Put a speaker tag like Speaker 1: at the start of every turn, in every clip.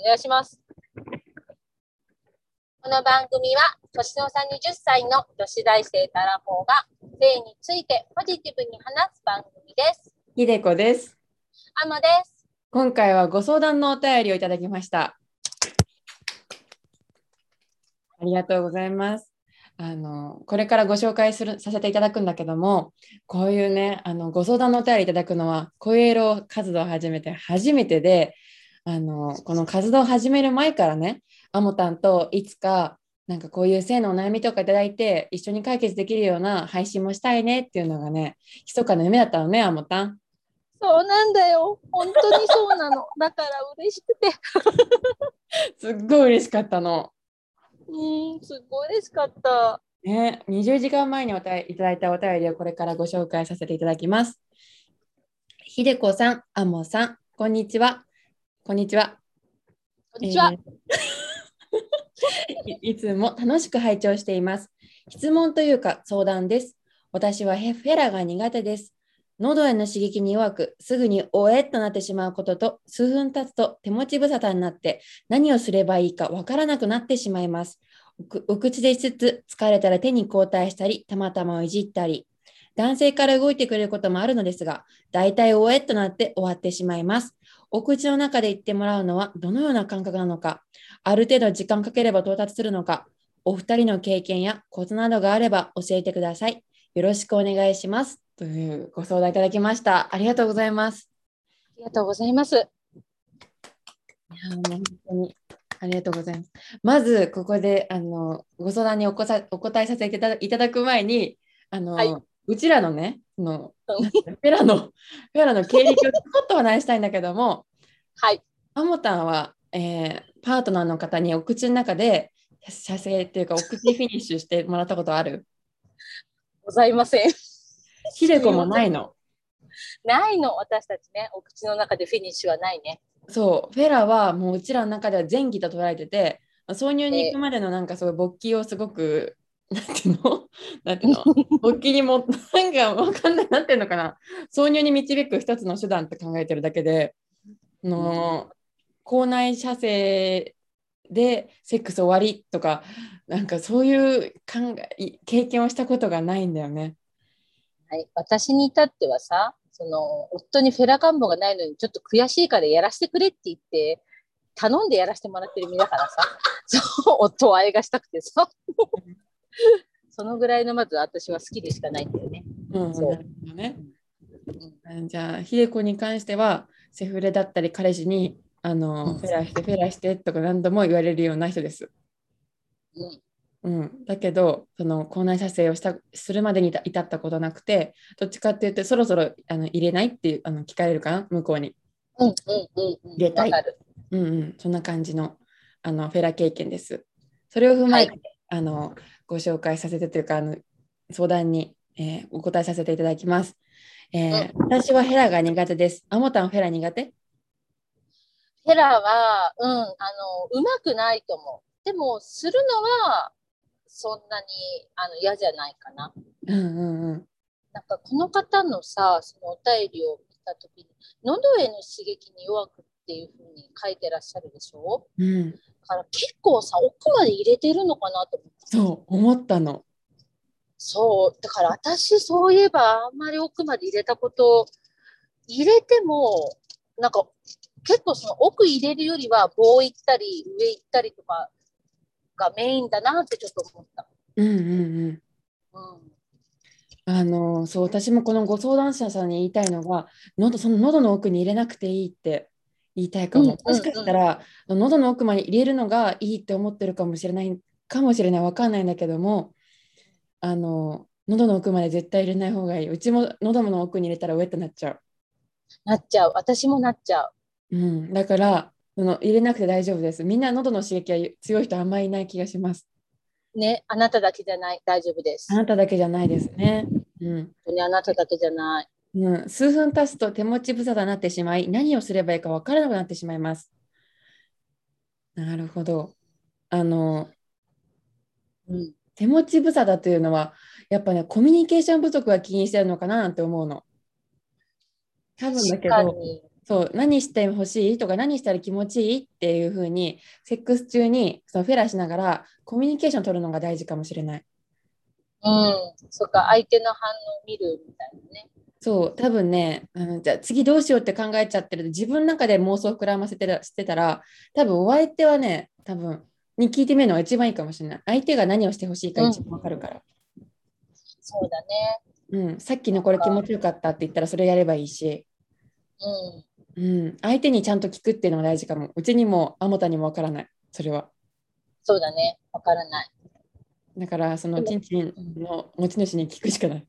Speaker 1: お願いします。この番組は、年の差20歳の女子大生たらぽーが、性についてポジティブに話す番組です。
Speaker 2: ひでこです。
Speaker 1: アモです。
Speaker 2: 今回はご相談のお便りをいただきました。ありがとうございます。あのこれからご紹介するさせていただくんだけども、こういうねあのご相談のお便りいただくのは声色活動を始めて初めてで、あのこの活動を始める前からね、あもたんといつかなんかこういう性のお悩みとかいただいて一緒に解決できるような配信もしたいねっていうのがね、密かな夢だったのねあもたん。
Speaker 1: そうなんだよ。本当にそうなの。 だから嬉しくて。
Speaker 2: すっごい嬉しかったの。
Speaker 1: うん、すごい嬉しかった。
Speaker 2: ね、20時間前におたいただいたお便りをこれからご紹介させていただきます。ひでこさん、あもさん、こんにちは。こんにちは。
Speaker 1: こんにちは。
Speaker 2: えー いいつも楽しく拝聴しています。質問というか相談です。私はヘフェラが苦手です。喉への刺激に弱く、すぐにおえっとなってしまうことと、数分経つと手持ち無沙汰になって、何をすればいいかわからなくなってしまいます。おくお口でしつつ、疲れたら手に交代したり、たまたまをいじったり、男性から動いてくれることもあるのですが、大体おえっとなって終わってしまいます。お口の中で言ってもらうのはどのような感覚なのか、ある程度時間かければ到達するのか、お二人の経験やコツなどがあれば教えてください。よろしくお願いします。というご相談いただきました。ありがとうございます。
Speaker 1: ありがとうございます。
Speaker 2: いやもう本当にありがとうございます。まずここであのご相談におこさお答えさせていただいただく前に、あの、
Speaker 1: はいう
Speaker 2: ちらのね、その
Speaker 1: うん
Speaker 2: なんていうのフェラのフェラの経歴をちょっとお話ししたいんだけども、
Speaker 1: はい。
Speaker 2: あもたんは、えーパートナーの方にお口の中で射精っていうかお口フィニッシュしてもらったことある
Speaker 1: ございません。
Speaker 2: ひでこもないの。
Speaker 1: ないの、私たちね。お口の中でフィニッシュはないね。
Speaker 2: そう、フェラはもううちらの中では前期と捉えてて、挿入に行くまでのなんかそういう勃起をすごく、なんていうの なんていうの勃起にも、なんかわかんない、なんていうのかな挿入に導く一つの手段って考えてるだけで、の校内射精でセックス終わりとか、なんかそういう考えい経験をしたことがないんだよね。
Speaker 1: はい、私に至ってはさその夫にフェラカンボがないのにちょっと悔しいからやらせてくれって言って頼んでやらせてもらってる身だからさ そう夫を愛がしたくてさそのぐらいのまず私は好きでしかないんだよね。
Speaker 2: うん、
Speaker 1: そう
Speaker 2: なるほどね。
Speaker 1: うん
Speaker 2: うんじゃあ、ひでこに関しては、セフレだったり彼氏に、あの、
Speaker 1: うん
Speaker 2: フェラして、フェラしてとか何度も言われるような人です。
Speaker 1: うん
Speaker 2: うん、だけど、その、校内射精をした、するまでに至至ったことなくて、どっちかって言って、そろそろあの入れないっていうあの聞かれるかな、向こうに。
Speaker 1: うんうんうん、
Speaker 2: 出たい
Speaker 1: わかる
Speaker 2: うんうん、そんな感じの、あの、フェラ経験です。それを踏まえて、
Speaker 1: は
Speaker 2: あの、ご紹介させてというか、あの、相談に、えーお答えさせていただきます。えー私はフェラが苦手です。あもたんフェラ苦手
Speaker 1: フェラは、うん、あの、うまくないと思う。でも、するのは、そんなに、あの、嫌じゃないかな。
Speaker 2: うんうんうん。
Speaker 1: なんかこの方のさそのお便りを見た時に喉への刺激に弱くっていうふうに書いてらっしゃるでしょ
Speaker 2: うん、
Speaker 1: だから結構さ奥まで入れてるのかなと思って
Speaker 2: そう思ったの。
Speaker 1: そうだから私そういえばあんまり奥まで入れたこと入れてもなんか結構その奥入れるよりは棒行ったり上行ったりとかがメインだなってちょっと思った。
Speaker 2: うんうんうん。
Speaker 1: うん
Speaker 2: あのそう私もこのご相談者さんに言いたいのが喉その喉の奥に入れなくていいって言いたいかも。
Speaker 1: うんうん
Speaker 2: もしかしたら喉の奥まで入れるのがいいって思ってるかもしれないかもしれないわかんないんだけどもあの喉の奥まで絶対入れない方がいい。うちも喉の奥に入れたらウェットになっちゃう。
Speaker 1: なっちゃう私もなっちゃう。
Speaker 2: うん、だからその入れなくて大丈夫です。みんな喉の刺激が強い人あんまりいない気がします。
Speaker 1: ねあなただけじゃない大丈夫です
Speaker 2: あ。なただけじゃないですね。うん
Speaker 1: 本当にあなただけじゃない。
Speaker 2: うん、数分経つと手持ち無沙汰になってしまい、何をすればいいか分からなくなってしまいます。なるほど。あの
Speaker 1: うん、
Speaker 2: 手持ち無沙汰というのは、やっぱね、コミュニケーション不足が起因してるのかななんて思うの。多分だけ
Speaker 1: 確か
Speaker 2: ど、
Speaker 1: に。
Speaker 2: そう何してほしいとか何したら気持ちいいっていう風にセックス中にそのフェラーしながらコミュニケーション取るのが大事かもしれない
Speaker 1: うん、そっか、相手の反応を見るみたいなね。
Speaker 2: そう多分ねあのじゃあ次どうしようって考えちゃってると自分の中で妄想膨らませてたしてたら多分お相手はね多分に聞いてみるのが一番いいかもしれない相手が何をしてほしいか一番わかるから、
Speaker 1: そうだね。
Speaker 2: うんさっきのこれ気持ちよかったって言ったらそれやればいいし、
Speaker 1: うん。
Speaker 2: うん、相手にちゃんと聞くっていうのが大事かもうちにもあもたにもわからないそれは
Speaker 1: そうだね。わからない。
Speaker 2: だからその
Speaker 1: で
Speaker 2: ちんちんの持ち主に聞くしかない。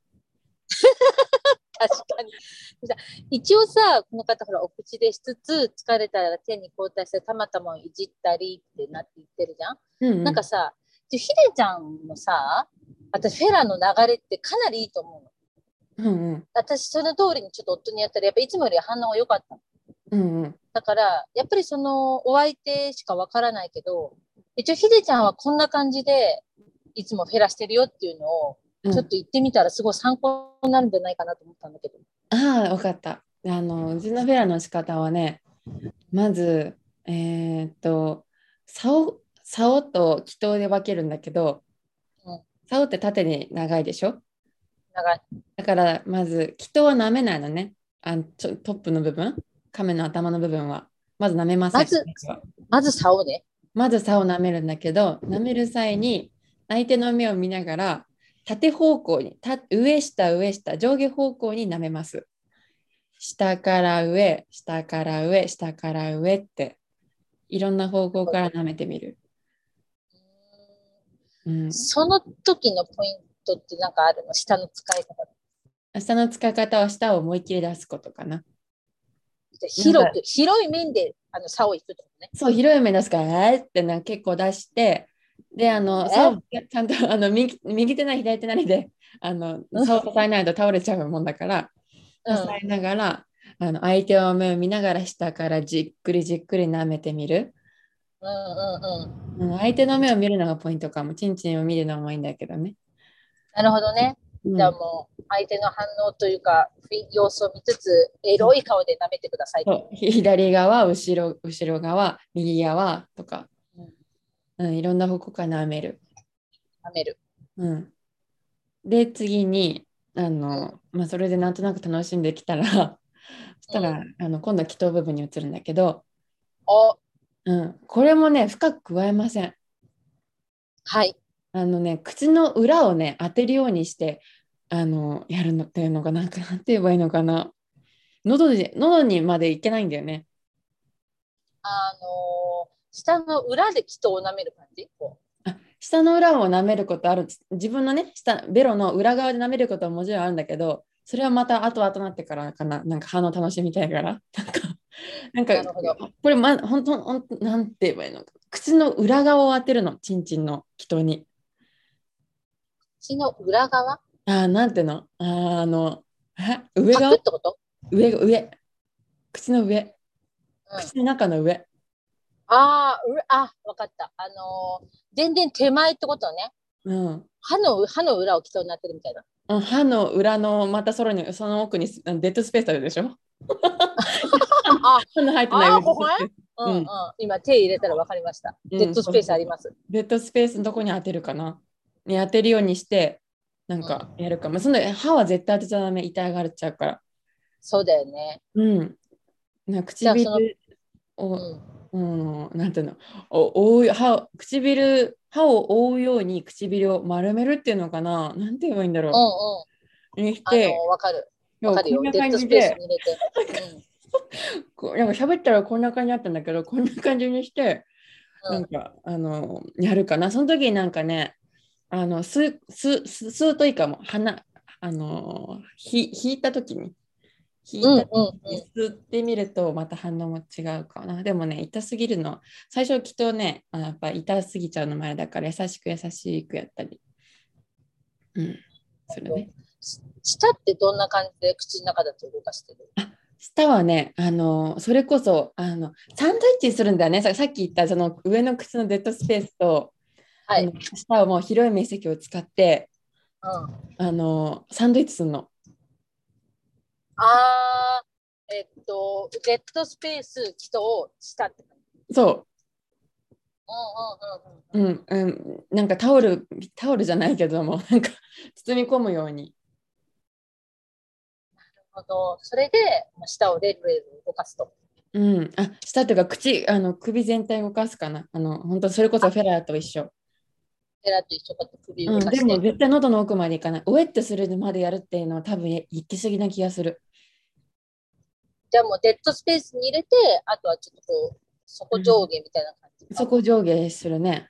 Speaker 1: 確かに。さ一応さ、この方、ほら、お口でしつつ、疲れたら手に交代して、たまたまいじったりってなって言ってるじゃん。
Speaker 2: うんう
Speaker 1: なんかさ、でひでちゃんのさ、私、フェラの流れってかなりいいと思うの。
Speaker 2: うんうん
Speaker 1: 私、その通りにちょっと夫にやったら、やっぱいつもより反応が良かったの。
Speaker 2: うんうん
Speaker 1: だから、やっぱりその、お相手しかわからないけど、一応、ひでちゃんはこんな感じで、いつもフェラしてるよっていうのを、
Speaker 2: うん
Speaker 1: ちょっと言ってみたら、すごい参考になるんじゃないかなと思ったんだけど。
Speaker 2: ああ分かった。あのうちのフェラの仕方はねまずえーっと竿竿と祈祷で分けるんだけど
Speaker 1: うん
Speaker 2: 竿って縦に長いでしょ
Speaker 1: 長い。
Speaker 2: だからまず祈祷は舐めないのねあちょトップの部分亀の頭の部分はまず舐めません。
Speaker 1: まずまず、竿ね。
Speaker 2: まず竿を舐めるんだけど舐める際に相手の目を見ながら縦方向にた上下上下上下方向に舐めます下から上下から上下から上っていろんな方向から舐めてみる、うん、
Speaker 1: その時のポイントってなんかあるの下の使い方って。
Speaker 2: 下の使い方は下を思いっきり出すことかな
Speaker 1: 広く、広い面で、あの、竿を行くってことね。
Speaker 2: そう広い目出すからえーってな結構出してであの
Speaker 1: え
Speaker 2: 竿ちゃんとあの右右手なり左手なりであの
Speaker 1: うん
Speaker 2: 竿を支えないと倒れちゃうもんだから支
Speaker 1: うん
Speaker 2: えながら、あの相手を目を見ながら下からじっくりじっくり舐めてみる、
Speaker 1: うんうんうん。
Speaker 2: うん、相手の目を見るのがポイントかもチンチンを見るのもいいんだけどね、
Speaker 1: なるほどね。
Speaker 2: うん
Speaker 1: じゃあもう、相手の反応というか、ふい様子を見つつ、エロい顔で舐めてください。
Speaker 2: そうひ左側後ろ後ろ側右側とか、うん、いろんな方向から舐める
Speaker 1: 舐める。
Speaker 2: うん、で次にあの、まあ、それでなんとなく楽しんできたらそしたら、あの今度は祈祷部分に移るんだけど、
Speaker 1: お、
Speaker 2: うん、これもね深く加えません
Speaker 1: はい。
Speaker 2: あのね口の裏をね当てるようにしてあのやるのっていうのがなんかなんて言えばいいのかな喉で喉にまでいけないんだよね
Speaker 1: あのー下の裏で人を舐める感じこ
Speaker 2: 下の裏を舐めることある自分のね下ベロの裏側で舐めることはもちろんあるんだけどそれはまた後々なってからかななんか反応楽しみたいからなんかなんか
Speaker 1: なるほど
Speaker 2: これま本当本当なんて言えばいいのか口の裏側を当てるのチンチンの人に
Speaker 1: う。口の裏側
Speaker 2: あーなんていうのあーあのえ上
Speaker 1: パクっ
Speaker 2: 側
Speaker 1: てこと
Speaker 2: 上上口の上
Speaker 1: うん
Speaker 2: 口の中の上
Speaker 1: あーうらあ、わかった。あのー全然手前ってことね。
Speaker 2: うん、
Speaker 1: 歯の、歯の裏を人になってるみたいな。
Speaker 2: うん、歯の裏のまたそれにその奥にすあのデッドスペースあるでしょ
Speaker 1: あ、
Speaker 2: 歯の入ってない
Speaker 1: あ
Speaker 2: 上
Speaker 1: ーここねうんうん、
Speaker 2: うん
Speaker 1: 今手入れたら分かりました。
Speaker 2: うん
Speaker 1: デッドスペースあります。
Speaker 2: デッドスペースのとこに当てるかなに当てるようにしてなんかやるか、まあ、その歯は絶対当てちゃダメ痛がっちゃうから
Speaker 1: そうだよね。
Speaker 2: うんなんか
Speaker 1: じゃあ
Speaker 2: 唇
Speaker 1: そのう
Speaker 2: を、
Speaker 1: ん、
Speaker 2: うん、なんていうのお覆う歯を唇歯を覆うように唇を丸めるっていうのかななんて言えばいいんだ
Speaker 1: うん、う
Speaker 2: ろ
Speaker 1: ん。
Speaker 2: う、にし
Speaker 1: あ
Speaker 2: て
Speaker 1: の、分かる。
Speaker 2: こ
Speaker 1: 分かるよ
Speaker 2: ん。な
Speaker 1: デッ
Speaker 2: 感
Speaker 1: ド
Speaker 2: じ
Speaker 1: スペース
Speaker 2: で
Speaker 1: に入れて。うん
Speaker 2: こうなんか喋ったらこんな感じだったんだけどこんな感じにして
Speaker 1: う
Speaker 2: なんんか、あのやるかなその時になんかねあのすすす吸うといいかも鼻あのひ引いた時に引い
Speaker 1: うん、うん、
Speaker 2: た
Speaker 1: うん。
Speaker 2: 時に吸ってみるとまた反応も違うかな、でもね痛すぎるの最初きっとねあやっぱ痛すぎちゃうの前だから優しく優しくやったりうんするね
Speaker 1: 舌ってどんな感じで口の中だと動かしてる
Speaker 2: 下はね、あのそれこそあのサンドイッチするんだよねささっき言ったその上の口のデッドスペースと、
Speaker 1: はい。
Speaker 2: あ
Speaker 1: う
Speaker 2: の下をもう広い面積を使って
Speaker 1: ん。
Speaker 2: あのサンドイッチするの
Speaker 1: あー、えっと、Z スペース起動したって感じ。
Speaker 2: そ
Speaker 1: うんうんうんうん。
Speaker 2: う、うんうん、なんかタオルタオルじゃないけども なんか包み込むように
Speaker 1: あのそれでまあ舌をレルレル動かすと。
Speaker 2: うん、あ、したっていうか、口、あの、首全体動かすかな。あの、本当それこそフェラーと一緒。
Speaker 1: ペラッと一緒かと首
Speaker 2: う
Speaker 1: を
Speaker 2: ん、
Speaker 1: 動か
Speaker 2: で
Speaker 1: して。
Speaker 2: も絶対喉の奥までいかない。ウエットするまでやるっていうのは多分行き過ぎな気がする。
Speaker 1: じゃあもうデッドスペースに入れて、あとはちょっとこう、そこ上下みたいな感じか。
Speaker 2: そこ上下するね。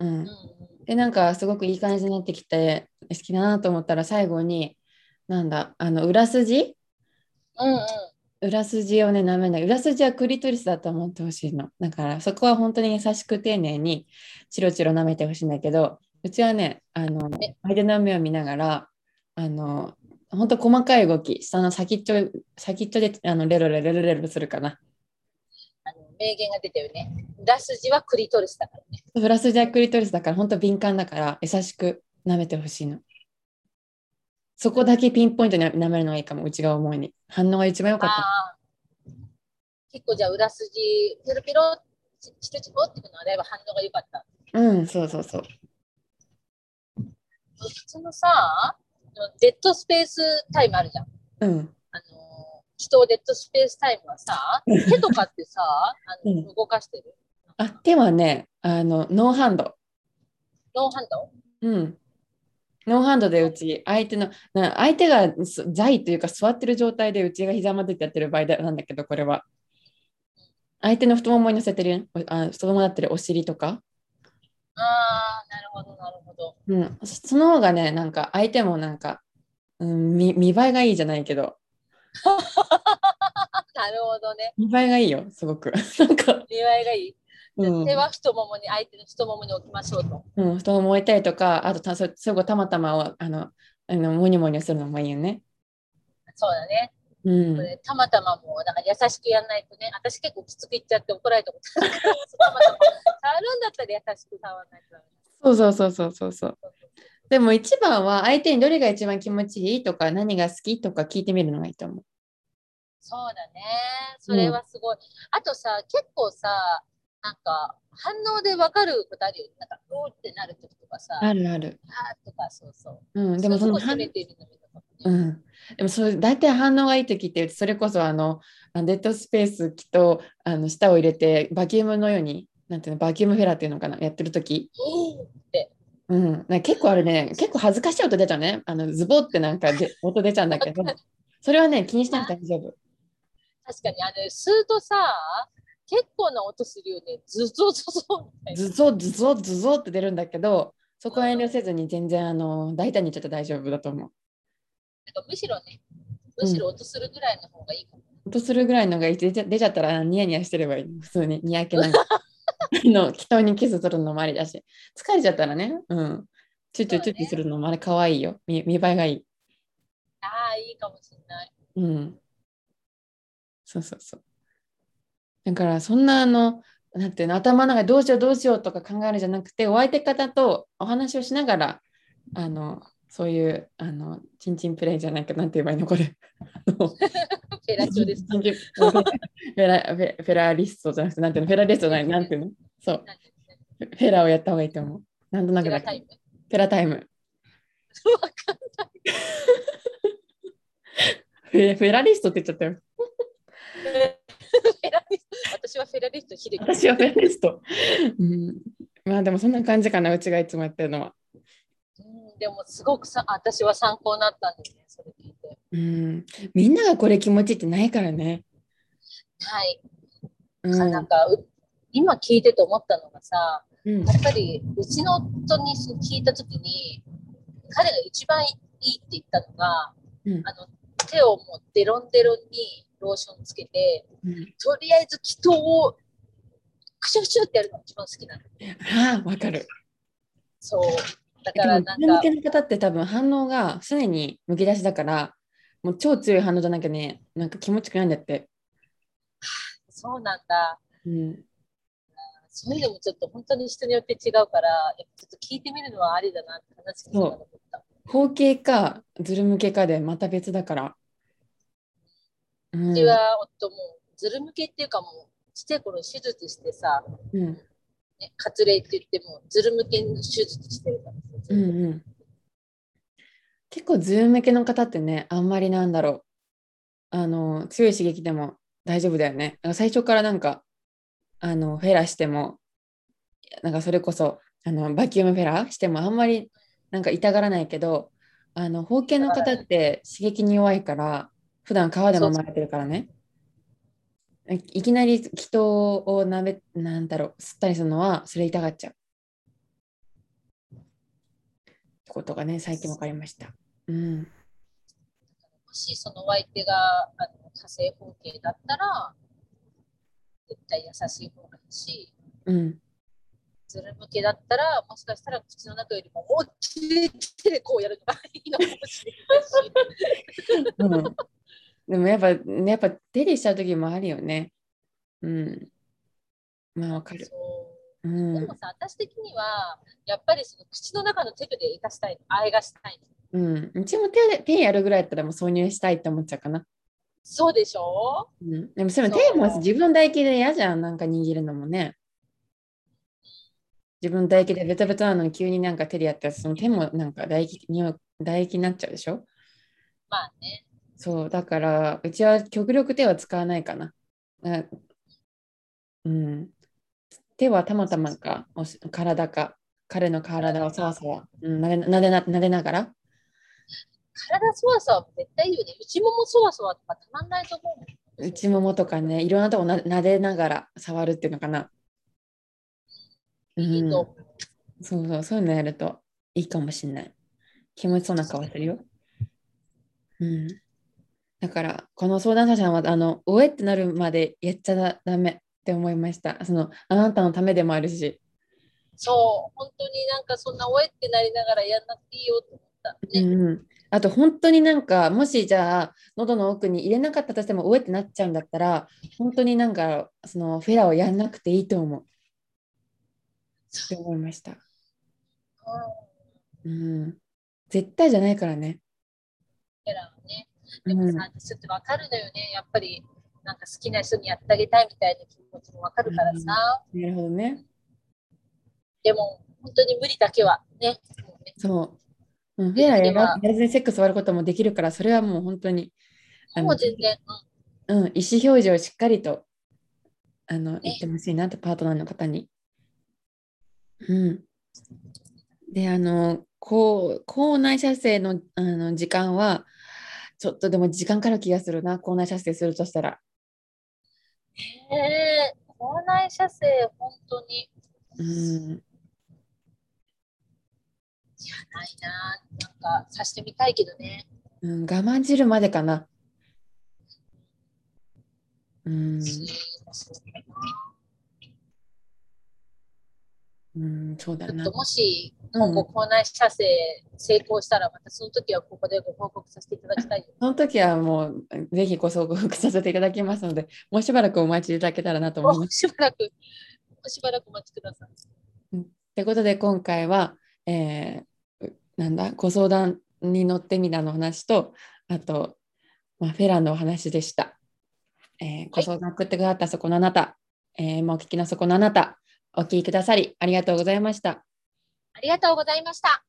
Speaker 2: う
Speaker 1: うんん。うん。
Speaker 2: で、なんかすごくいい感じになってきて、好きだなと思ったら最後に、なんだ、あの、裏筋
Speaker 1: うんうん。
Speaker 2: 裏筋をね、舐めない。裏筋はクリトリスだと思ってほしいの。だから、そこは本当に優しく丁寧に、チロチロ舐めてほしいんだけど、うちはね、あの
Speaker 1: え、
Speaker 2: 相手の目を見ながら、あの、本当細かい動き、下の先っちょ、先っちょで、あの、レロレロレロレロするかな。
Speaker 1: あの名言が出たよね。裏筋はクリトリスだからね。
Speaker 2: 裏筋はクリトリスだから、本当敏感だから、優しく舐めてほしいの。そこだけピンポイントに舐めるのがいいかも、うちが思いに。反応が一番良かった。
Speaker 1: ああ。結構じゃあ裏筋、ペロペロ、チチロチロっていうのはだいぶ反応が良かった。
Speaker 2: うん、そうそうそう。
Speaker 1: うちのさ、デッドスペースタイムあるじゃん。
Speaker 2: うん。
Speaker 1: あの人をデッドスペースタイムはさ、手とかってさ、あの
Speaker 2: うん
Speaker 1: 動かしてる。
Speaker 2: あ、手はね、あの、ノーハンド。
Speaker 1: ノーハンド
Speaker 2: うん。ノーハンドでうち、相手の、な相手がす在というか座ってる状態でうちが膝までってやってる場合だなんだけど、これは。相手の太ももに乗せてる、おあ太ももだったりお尻とか、
Speaker 1: ああ、なるほど、なるほど。
Speaker 2: うん、そその方がね、なんか相手もなんか、うん、見見栄えがいいじゃないけど、
Speaker 1: なるほどね。
Speaker 2: 見栄えがいいよ、すごく。 なんか、
Speaker 1: 見栄えがいい。
Speaker 2: うん
Speaker 1: 手は太ももに、相手の太ももに置きましょうと。
Speaker 2: うん、太ももを置いたりとか、あとたそそれこそたまたまをあのあのモニモニするのもいいよね。
Speaker 1: そうだね。
Speaker 2: うん
Speaker 1: こ、れたまたまもう、だから優しくやんないとね、私結構きつく言っちゃって怒られたことあるから、たまたま触るんだったら優しく触らないとダメ
Speaker 2: そうそうそうそうそうそう。
Speaker 1: だ。
Speaker 2: でも一番は相手にどれが一番気持ちいいとか何が好きとか聞いてみるのがいいと思う。
Speaker 1: そうだね。それはすごい。あとさ、結構さ、なんか反応でわかることあるよね。なんか、うーってなるときとかさ、あ
Speaker 2: あるある。
Speaker 1: ーとか、そうそう。
Speaker 2: うん、でもそ
Speaker 1: う
Speaker 2: の
Speaker 1: いうとこ
Speaker 2: 反
Speaker 1: 攻めてるの見ると
Speaker 2: う
Speaker 1: ね
Speaker 2: ん、でもそれ大体反応がいい時ってそれこそあのあのデッドスペースきっとあの舌を入れてバキュームのようになんていうのバキュームフェラーっていうのかなやってる時、
Speaker 1: えーって。
Speaker 2: うん、なんか結構あれね結構恥ずかしい音出ちゃうねあのズボってなん かで音出ちゃうんだけどそれはね気にしなくて大丈夫。
Speaker 1: 確かに、あの、吸うとさ、結構な音するよね。ズゾズゾみたいな。
Speaker 2: ズゾズゾズゾって出るんだけどそこは遠慮せずに全然あの大胆に言っちゃって大丈夫だと思う。
Speaker 1: なんかむしろね、むしろ音するぐらいの方がいいかも。
Speaker 2: とするぐらいのが出ちゃ出ちゃったらニヤニヤしてればいい普通ににやけない あの祈祷にキスするのもありだし疲れちゃったらねうんチュチュチュチュするのもあれ可愛いよ見見栄えがいい
Speaker 1: ああ、いいかもしれない。
Speaker 2: うんそうそうそうだからそんなあのなんていうの頭の中でどうしようどうしようとか考えるんじゃなくてお相手方とお話をしながらあのそういうあのチンチンプレイじゃないかなんて言えばいいのこれあの
Speaker 1: ペラチョですか。
Speaker 2: フェラフェフェラーリストじゃなくて、なんていうの、フェラリストじゃ ない、なんていうの、そう、
Speaker 1: なんて言うんだ
Speaker 2: フェラーをやった方がいいと思う。なんとな
Speaker 1: っけ
Speaker 2: く
Speaker 1: ペラ
Speaker 2: だけ
Speaker 1: タイ
Speaker 2: ど、
Speaker 1: ム。
Speaker 2: フェラタイム。
Speaker 1: わかんない
Speaker 2: フェフェラリストって言っちゃったよ。
Speaker 1: フェラリスト私はフェラリスト秀樹。
Speaker 2: 私はフェラリスト。うん、まあでもそんな感じかな、うちがいつもやってるのは。
Speaker 1: うんでもすごくさ私は参考になったんですね、それ聞いて。
Speaker 2: うん、みんながこれ気持ちいいってないからね。
Speaker 1: はい。
Speaker 2: う
Speaker 1: なん
Speaker 2: ん、
Speaker 1: かう今聞いてて思ったのがさ、
Speaker 2: うん
Speaker 1: や、っぱりうちの夫にそう聞いたときに、彼が一番いいって言ったのが、
Speaker 2: うん
Speaker 1: あの手をもうデロンデロンにローションつけて、
Speaker 2: うん
Speaker 1: とりあえず祈祷をクシュクシュってやるのが一番好きなの。
Speaker 2: ああ、わかる。
Speaker 1: そう。だ
Speaker 2: で
Speaker 1: から
Speaker 2: も、
Speaker 1: なん
Speaker 2: 振り向
Speaker 1: か
Speaker 2: け、の方って多分反応が常にむき出しだから、もう超強い反応じゃなきゃね、なんか気持ちよくないんだって。
Speaker 1: そうなんだ。
Speaker 2: うん、
Speaker 1: それでもちょっと本当に人によって違うから、やっぱちょっと聞いてみるのはありだなって話聞いてたと思った。
Speaker 2: 方形かズル向けかでまた別だからうん
Speaker 1: うちは夫もずる向けっていうかもうちっちゃい頃に手術してさ、
Speaker 2: うん
Speaker 1: ね、割礼って言ってもずる向けの手術してるからさずっ
Speaker 2: うん
Speaker 1: と
Speaker 2: うん結構ズーム系の方ってねあんまりなんだろうあの強い刺激でも大丈夫だよねなんか最初からなんかあのフェラしてもなんかそれこそあのバキュームフェラしてもあんまりなんか痛がらないけどあの包茎の方って刺激に弱いから普段皮でも巻れてるからねいきなり気筒をなべなんだろう吸ったりするのはそれ痛がっちゃうってことがね最近分かりました。うん、
Speaker 1: もしそのお相手があの火星方形だったら絶対優しい方がいいし
Speaker 2: うん、
Speaker 1: ずる向けだったらもしかしたら口の中よりも大きい手でこうやるのがいいのかもしれないし。
Speaker 2: うん、でもやっぱ、ね、やっぱ手入れしちゃう時もあるよね。うん。まあわか る。
Speaker 1: そううで
Speaker 2: ん
Speaker 1: も。さ私的にはやっぱりその口の中の手で生かしたいのあえがしたいの
Speaker 2: うん。うちも手で手やるぐらいだったらもう挿入したいって思っちゃうかな。
Speaker 1: そうでしょ
Speaker 2: うん。でもそれも
Speaker 1: そう
Speaker 2: 手も自分唾液で嫌じゃん。なんか握るのもね。自分唾液でベタベタなのに急になんか手でやったらその手もなんか唾液に唾液になっちゃうでしょ
Speaker 1: まあね
Speaker 2: そう、だから、うちは極力手は使わないかな。なうん。手はたまたまか、おし体か、彼の体をそわそわ、うん、なでなでななでながら。
Speaker 1: 体そわそわも絶対いいよね内ももそわそわとかたまんないと思うもん
Speaker 2: 内ももとかね、いろんなとこななでながら触るっていうのかな。う
Speaker 1: いい
Speaker 2: ん、
Speaker 1: と思う
Speaker 2: そうそう、そういうのやるといいかもしれない。気持ちそうな顔するよ。うん。だから、この相談者さんは、あの、おえってなるまでやっちゃだダメって思いました。その、あなたのためでもあるし。
Speaker 1: そう本当になんかそんなおえってなりながらやんなくていいよと思った
Speaker 2: う
Speaker 1: ね、
Speaker 2: んうん。あと、本当になんか、もしじゃあ、喉の奥に入れなかったとしても、おえってなっちゃうんだったら、本当になんか、その、フェラをやんなくていいと思う。って思いました。
Speaker 1: うん
Speaker 2: うん。絶対じゃないからね。
Speaker 1: キャラはね
Speaker 2: う
Speaker 1: でも
Speaker 2: ん
Speaker 1: さ、ちょっとわかるのよねやっぱりなんか好きな人にやってあげたいみたいな気持ちもわかるからさ、
Speaker 2: なるほどね。
Speaker 1: でも本当に無理だけはねもうね
Speaker 2: そう。うん、フェラやら
Speaker 1: で
Speaker 2: やらずにセックス終わることもできるから、それはもう本当に、あ
Speaker 1: も
Speaker 2: の
Speaker 1: う全然、うん
Speaker 2: うん、意思表示をしっかりとあの
Speaker 1: ね
Speaker 2: 言ってほしいなと、パートナーの方に。うん、で、あの、こう、口内射精のあの時間は、ちょっとでも時間かかる気がするな、口内射精するとしたら。
Speaker 1: ええ校内射精、本当に
Speaker 2: うん、
Speaker 1: ないな。なんか、さしてみたいけどね。
Speaker 2: うん、我慢汁までかな。うんうん、そうだ
Speaker 1: ちょっ
Speaker 2: な
Speaker 1: と。もし、
Speaker 2: うん
Speaker 1: 今後、校内射精成功したら、またその時はここでご報告させていただきたい。
Speaker 2: その時はもう、ぜひご相告させていただきますので、もうしばらくお待ちいただけたらなと思いま
Speaker 1: も
Speaker 2: す。
Speaker 1: うしばらく、もうしばらくお待ちください。
Speaker 2: ということで、今回は、えーうなんだ、ご相談に乗ってみたの話と、あと、まあ、フェラのお話でした。えーご相談送ってくださったそこのあなた、えーもうお聞きのそこのあなた、お聞きくださり、ありがとうございました。
Speaker 1: ありがとうございました。